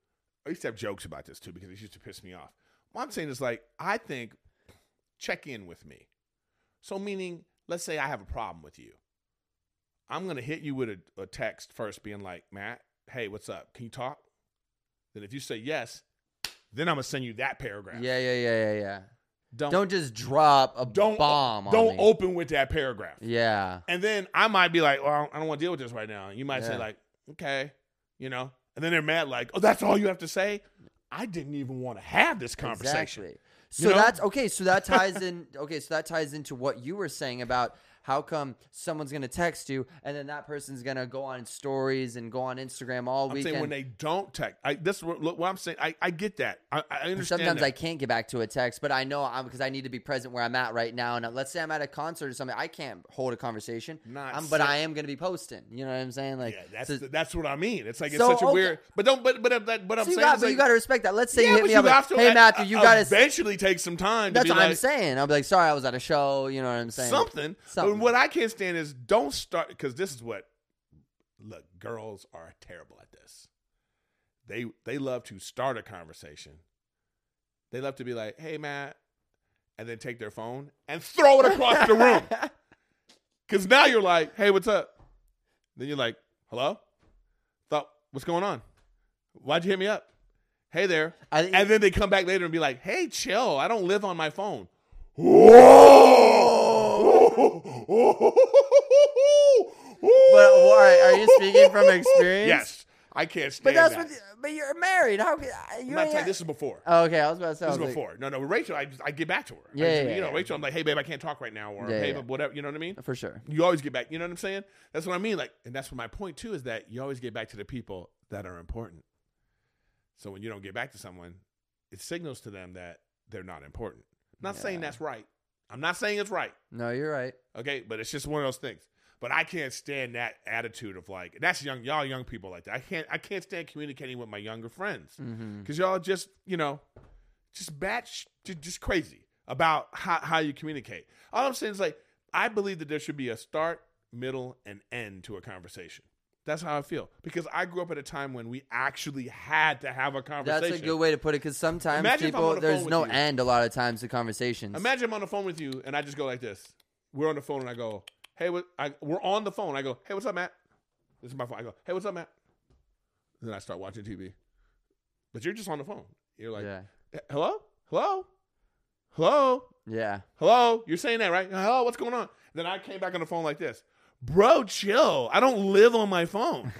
I used to have jokes about this too because it used to piss me off. What I'm saying is like I think check in with me. So meaning, let's say I have a problem with you. I'm gonna hit you with a, a text first, being like, Matt, hey, what's up? Can you talk? Then if you say yes, then I'm gonna send you that paragraph. yeah, yeah, yeah, yeah, yeah. Don't don't Don't just drop a Don't- bomb. on me. open with that paragraph. Yeah. And then I might be like, well, I don't, want to deal with this right now. You might say Yeah. like, okay, you know. And then they're mad like, oh, that's all you have to say. I didn't even want to have this conversation. Exactly. So You know? that's okay. So that ties in. Okay, so that ties into what you were saying about how come someone's gonna text you and then that person's gonna go on stories and go on Instagram all I'm weekend. saying when they don't text, I, this what, look, what I'm saying. I, I get that. I, I And understand. Sometimes that. I can't get back to a text, but I know I'm because I need to be present where I'm at right now. And let's say I'm at a concert or something, I can't hold a conversation. Not I'm- but sit- I am gonna be posting. You know what I'm saying? Like yeah, that's so- the- that's what I mean. It's like it's So, such a okay. weird. But don't. But but but, but I'm So you saying. got- it's but like, you got to respect that. Let's say yeah, you hit but me up, like, have to hey e- Matthew, you got to. eventually take some time. That's to what be I'm like, saying. I'll be like, sorry, I was at a show. You know what I'm saying? something. But Something. what I can't stand is don't start because this is what look girls are terrible at this. They they love to start a conversation. They love to be like, "Hey Matt," and then take their phone and throw it across the room. Because now you're like, "Hey, what's up?" Then you're like, "Hello," thought, "What's going on? Why'd you hit me up?" Hey there. I- and then they come back later and be like, "Hey, chill. I don't live on my phone." Whoa! But all right, are you speaking from experience? Yes, I can't stand But that's that. what. But you're married. How could I'm you? not ain't- telling- this is before. oh, okay, I was about to say. I this is was like, before. No, no. with Rachel, I just, I get back to her. I Yeah, just- yeah, you know, yeah. Rachel, I'm like, hey, babe, I can't talk right now, or Yeah, hey, yeah. bab, whatever. You know what I mean? for sure. You always get back. You know what I'm saying? That's what I mean. Like, and that's what my point too is that you always get back to the people that are important. So when you don't get back to someone, it signals to them that they're not important. I'm not saying Yeah. that's right. I'm not saying it's right. No, you're right. Okay, but it's just one of those things. But I can't stand that attitude of like that's young y'all young people like that. I can't I can't stand communicating with my younger friends Mm-hmm. because y'all just you know just batch just, just crazy about how how you communicate. All I'm saying is like I believe that there should be a start, middle, and end to a conversation. That's how I feel because I grew up at a time when we actually had to have a That's conversation. a good way to put it. Because sometimes Imagine if I'm on people, the there's phone no with you. end. A lot of times to conversations. Imagine I'm on the phone with you and I just go like this. We're on the phone and I go, "Hey, what?" I, we're on the phone. I go, "Hey, what's up, Matt?" This is my phone. I go, "Hey, what's up, Matt?" Then I start watching TV. But you're just on the phone. You're like, yeah, "Eh, "Hello, hello, hello, yeah. hello." You're saying that right? Hello, what's going on? Then I came back on the phone like this, bro. Chill. I don't live on my phone.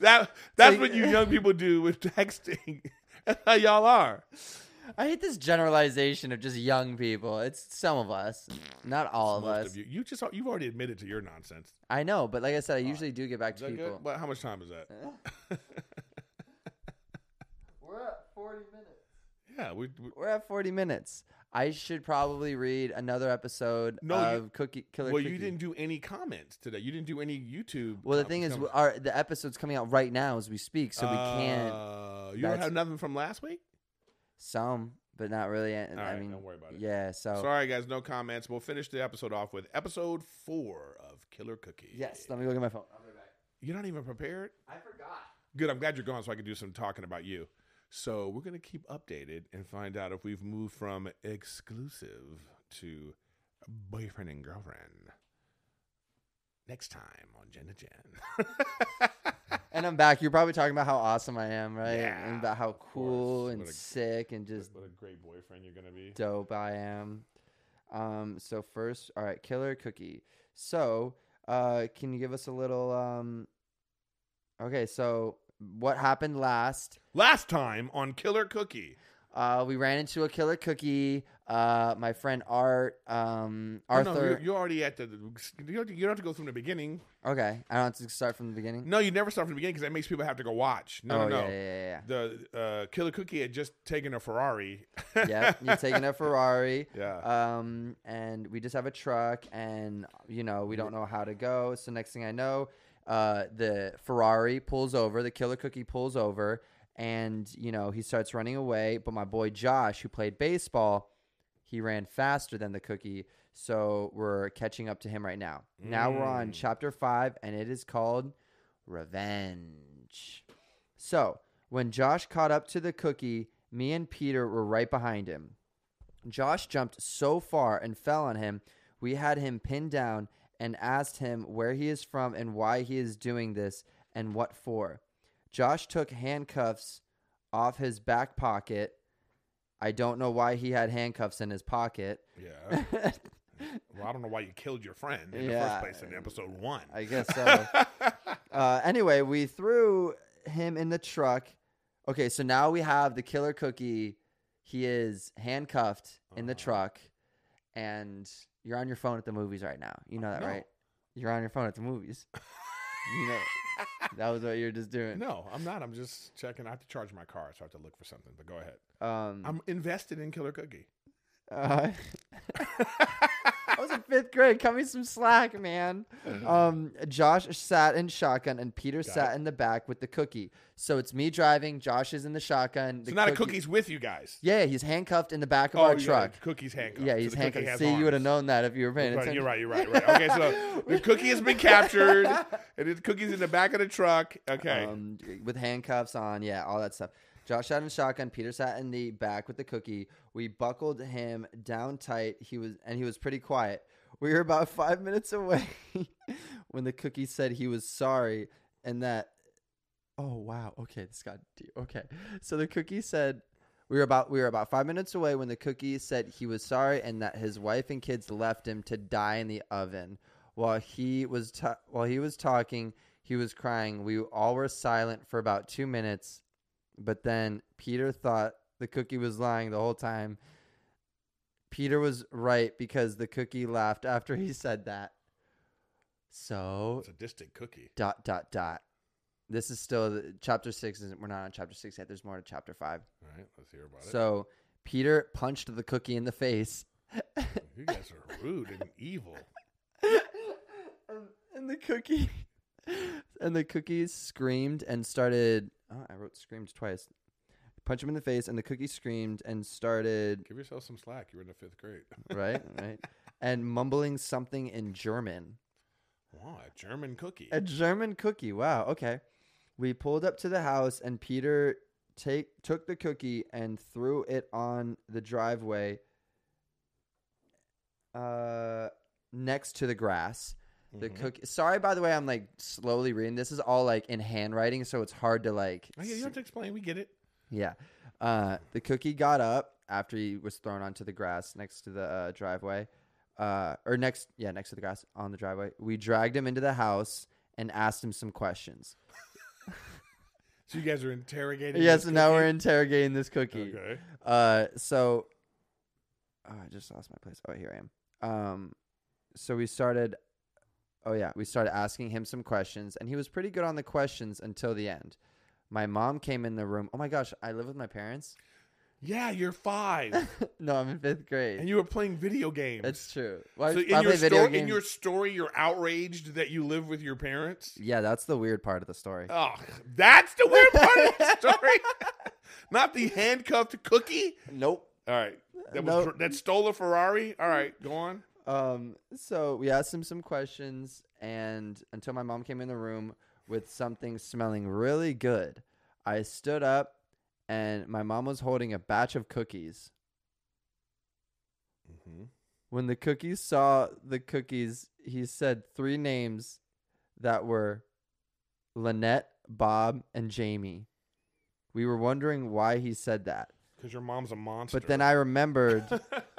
That that's So what you- you young people do with texting. That's how y'all are. I hate this generalization of just young people. It's some of us, not all of Most us. of you. You just you've already admitted to your nonsense. I know, but like I said, I usually do get back Is to that people. Eh? good? Well, how much time is that? We're at 40 minutes. Yeah, we, we We're at 40 minutes. I should probably read another episode No, you- of Cookie Killer well, Cookie. you didn't do any comments today. You didn't do any YouTube. well, the thing is, comments. our the episode's coming out right now as we speak, so we can't Uh, you don't that's- have nothing from last week. some, but not really. I, I right, mean, don't worry about it. Yeah, so Sorry, guys, no comments. We'll finish the episode off with episode four of Killer Cookie. yes, let me go get my phone. you're not even prepared. I forgot. Good. I'm glad you're gone, so I can do some talking about you. So we're gonna keep updated and find out if we've moved from exclusive to boyfriend and girlfriend. Next time on Jen to Jen. And I'm back. You're probably talking about how awesome I am, right? Yeah, and about how of course. cool and What a- sick and just what a great boyfriend you're gonna be. dope I am. Um, so first, all right, Killer Cookie. So, uh, can you give us a little? Um, okay, so what happened last? Last time on Killer Cookie. Uh, we ran into a killer cookie. Uh, my friend Art, um, Oh, No, No, Arthur. you're, you're already at the. You don't, you don't have to go from the beginning. okay, I don't have to start from the beginning. No, you never start from the beginning because that makes people have to go watch. No, oh no, yeah, no. yeah, yeah. yeah. The uh, Killer Cookie had just taken a Ferrari. yep, you're taking a Ferrari. Yeah. Um, and we just have a truck, and you know we don't know how to go. So next thing I know, uh, the Ferrari pulls over. The killer cookie pulls over, and you know he starts running away. But my boy Josh, who played baseball, he ran faster than the cookie. So we're catching up to him right now. Now we're on Mm. chapter five, and it is called Revenge. So when Josh caught up to the cookie, me and Peter were right behind him. Josh jumped so far and fell on him, we had him pinned down and asked him where he is from and why he is doing this and what for. Josh took handcuffs off his back pocket. I don't know why he had handcuffs in his pocket. yeah. Well, I don't know why you killed your friend in Yeah. the first place in episode one. I guess so. uh, anyway, we threw him in the truck. Okay, so now we have the killer cookie. He is handcuffed in the Uh-huh. truck, and you're on your phone at the movies right now. You know that, No. right? You're on your phone at the movies. you know, that was what you were just doing. no, I'm not. I'm just checking. I have to charge my car, so I have to look for something. But go ahead. Um, I'm invested in Killer Cookie. uh, I was in fifth grade. Cut me some slack, man. Um, Josh sat in shotgun, and Peter Got sat in the back with the cookie. So it's me driving. Josh is in the shotgun. The so now the cookie- cookie's with you guys. Yeah, he's handcuffed in the back of oh, our yeah, truck. the Cookie's handcuffed. Yeah, So he's the cookie handcuffed. has See, you would arms. have known that if you were paying Right, attention. you're right. You're right. Right. Okay. So the cookie has been captured, and the cookie's in the back of the truck. Okay. Um, with handcuffs on, yeah, all that stuff. Josh sat in shotgun. Peter sat in the back with the cookie. We buckled him down tight. He was and he was pretty quiet. We were about five minutes away when the cookie said he was sorry and that. Oh wow. Okay, this got deep. Okay, so the cookie said we were about we were about five minutes away when the cookie said he was sorry and that his wife and kids left him to die in the oven. While he was ta- while he was talking, he was crying. We all were silent for about two minutes, but then Peter thought the cookie was lying the whole time. Peter was right because the cookie laughed after he said that. So Sadistic cookie. dot dot dot. This is still the, chapter six. Isn't we're not on chapter six yet. There's more to chapter five. All right. Let's hear about it. So Peter punched the cookie in the face. You guys are rude and evil. and, and the cookie and the cookie screamed and started oh, I wrote screamed twice. Punch him in the face and the cookie screamed and started Give yourself some slack. You were in the fifth grade. right, right. And mumbling something in German. Wow, a German cookie. A German cookie. Wow. Okay. We pulled up to the house and Peter take took the cookie and threw it on the driveway uh next to the grass. The Mhm. cookie Sorry by the way I'm like slowly reading. This is all like in handwriting so it's hard to like Oh, yeah, you s- don't have to explain. We get it. yeah. Uh, the cookie got up after he was thrown onto the grass next to the uh, driveway. Uh, or next, yeah, next to the grass on the driveway. We dragged him into the house and asked him some questions. So you guys are interrogating. yeah, this so now we're cookie? interrogating this cookie. Okay. Uh, so oh, I just lost my place. Oh, here I am. Um, so we started. Oh yeah, we started asking him some questions, and he was pretty good on the questions until the end. My mom came in the room. Oh my gosh, I live with my parents. Yeah, you're five, no, I'm in fifth grade. and you were playing video games. That's true. Well, I- so I in your play video story, in games. your story, you're outraged that you live with your parents. yeah, that's the weird part of the story. Oh, that's the weird part of the story. Not the handcuffed cookie. nope. All right, that was No. dr- that stole a Ferrari. All right, go on. Um, so we asked him some questions, and until my mom came in the room with something smelling really good, I stood up, and my mom was holding a batch of cookies. Mm-hmm. When the cookies saw the cookies, he said three names that were Lynette, Bob, and Jamie. We were wondering why he said that. Because your mom's a monster. But then I remembered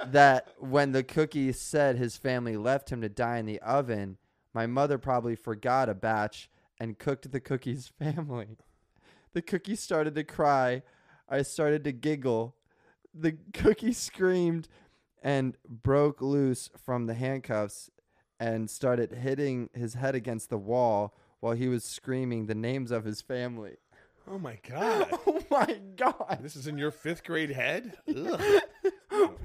that when the cookie said his family left him to die in the oven, my mother probably forgot a batch and cooked the cookie's family. The cookie started to cry. I started to giggle. The cookie screamed and broke loose from the handcuffs and started hitting his head against the wall while he was screaming the names of his family. oh my god, Oh my god. this is in your fifth grade head. Ugh.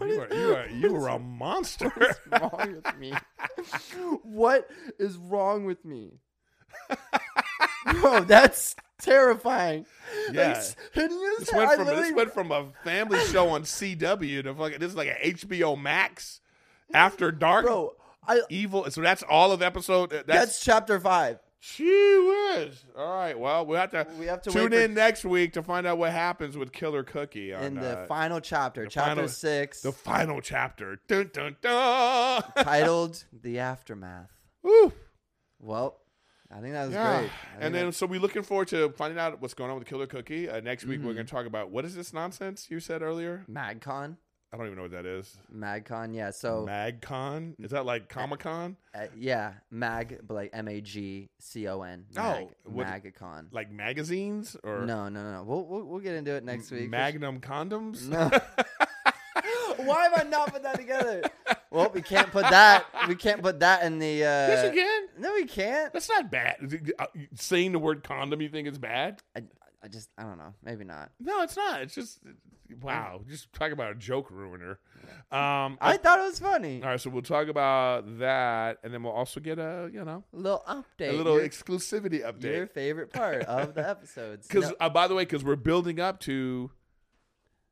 You are, you are you are a monster. wrong with me? what is wrong with me? Bro, that's terrifying. Like, Yeah. s- hitting his This head- went I from this literally- went from a family show on CW to fucking this is like an HBO Max After Dark bro, I, evil. So that's all of episode. uh, That's, that's chapter five. she was all right. Well, we have to We have to tune wait for- in next week to find out what happens with Killer Cookie on In the uh, final chapter, the chapter final- six, the final chapter. Dun dun dun. titled The Aftermath. Woo. Well, I think that was Yeah. great. I think And then that- so we're looking forward to finding out what's going on with Killer Cookie. Uh, next week we're Mm-hmm. going to talk about what is this nonsense you said earlier? MagCon. I don't even know what that is. MagCon, yeah. So, MagCon? Is that like Comic Con? uh, yeah, Mag, but like M A G C O N. Oh, Mag, what- MagCon. Like magazines or No, no, no, no. We'll, we'll, we'll get into it next week. Magnum condoms? No. Why have I not put that together? well, we can't put that. We can't put that in the. Uh, yes, you can. No, we can't. That's not bad. Uh, Saying the word condom, you think it's bad? I, I just, I don't know. Maybe not. No, it's not. It's just wow. Just talk about a joke ruiner. Um, I thought it was funny. all right, so we'll talk about that, and then we'll also get a you know little update. a little your, exclusivity your update favorite part of the episodes. because No, uh, by the way, because we're building up to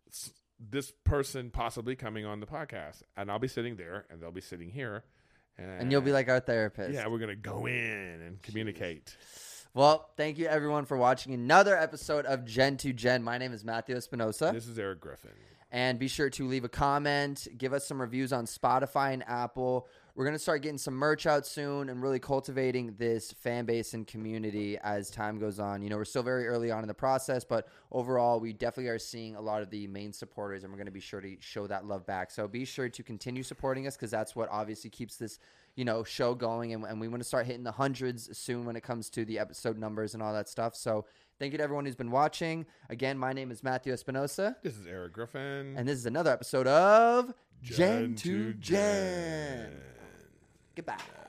s- this person possibly coming on the podcast, and I'll be sitting there, and they'll be sitting here, and, and you'll be like our therapist. yeah, we're gonna go in and communicate. Well, thank you everyone for watching another episode of Gen to Gen. My name is Matthew Espinosa. This is Eric Griffin. and be sure to leave a comment, give us some reviews on Spotify and Apple. We're going to start getting some merch out soon and really cultivating this fan base and community as time goes on. You know, we're still very early on in the process, but overall, we definitely are seeing a lot of the main supporters, and we're going to be sure to show that love back. So be sure to continue supporting us because that's what obviously keeps this you know show going and, and we want to start hitting the hundreds soon when it comes to the episode numbers and all that stuff so thank you to everyone who's been watching again my name is matthew espinosa This is Eric Griffin. and this is another episode of Gen, Gen to to Gen. Goodbye.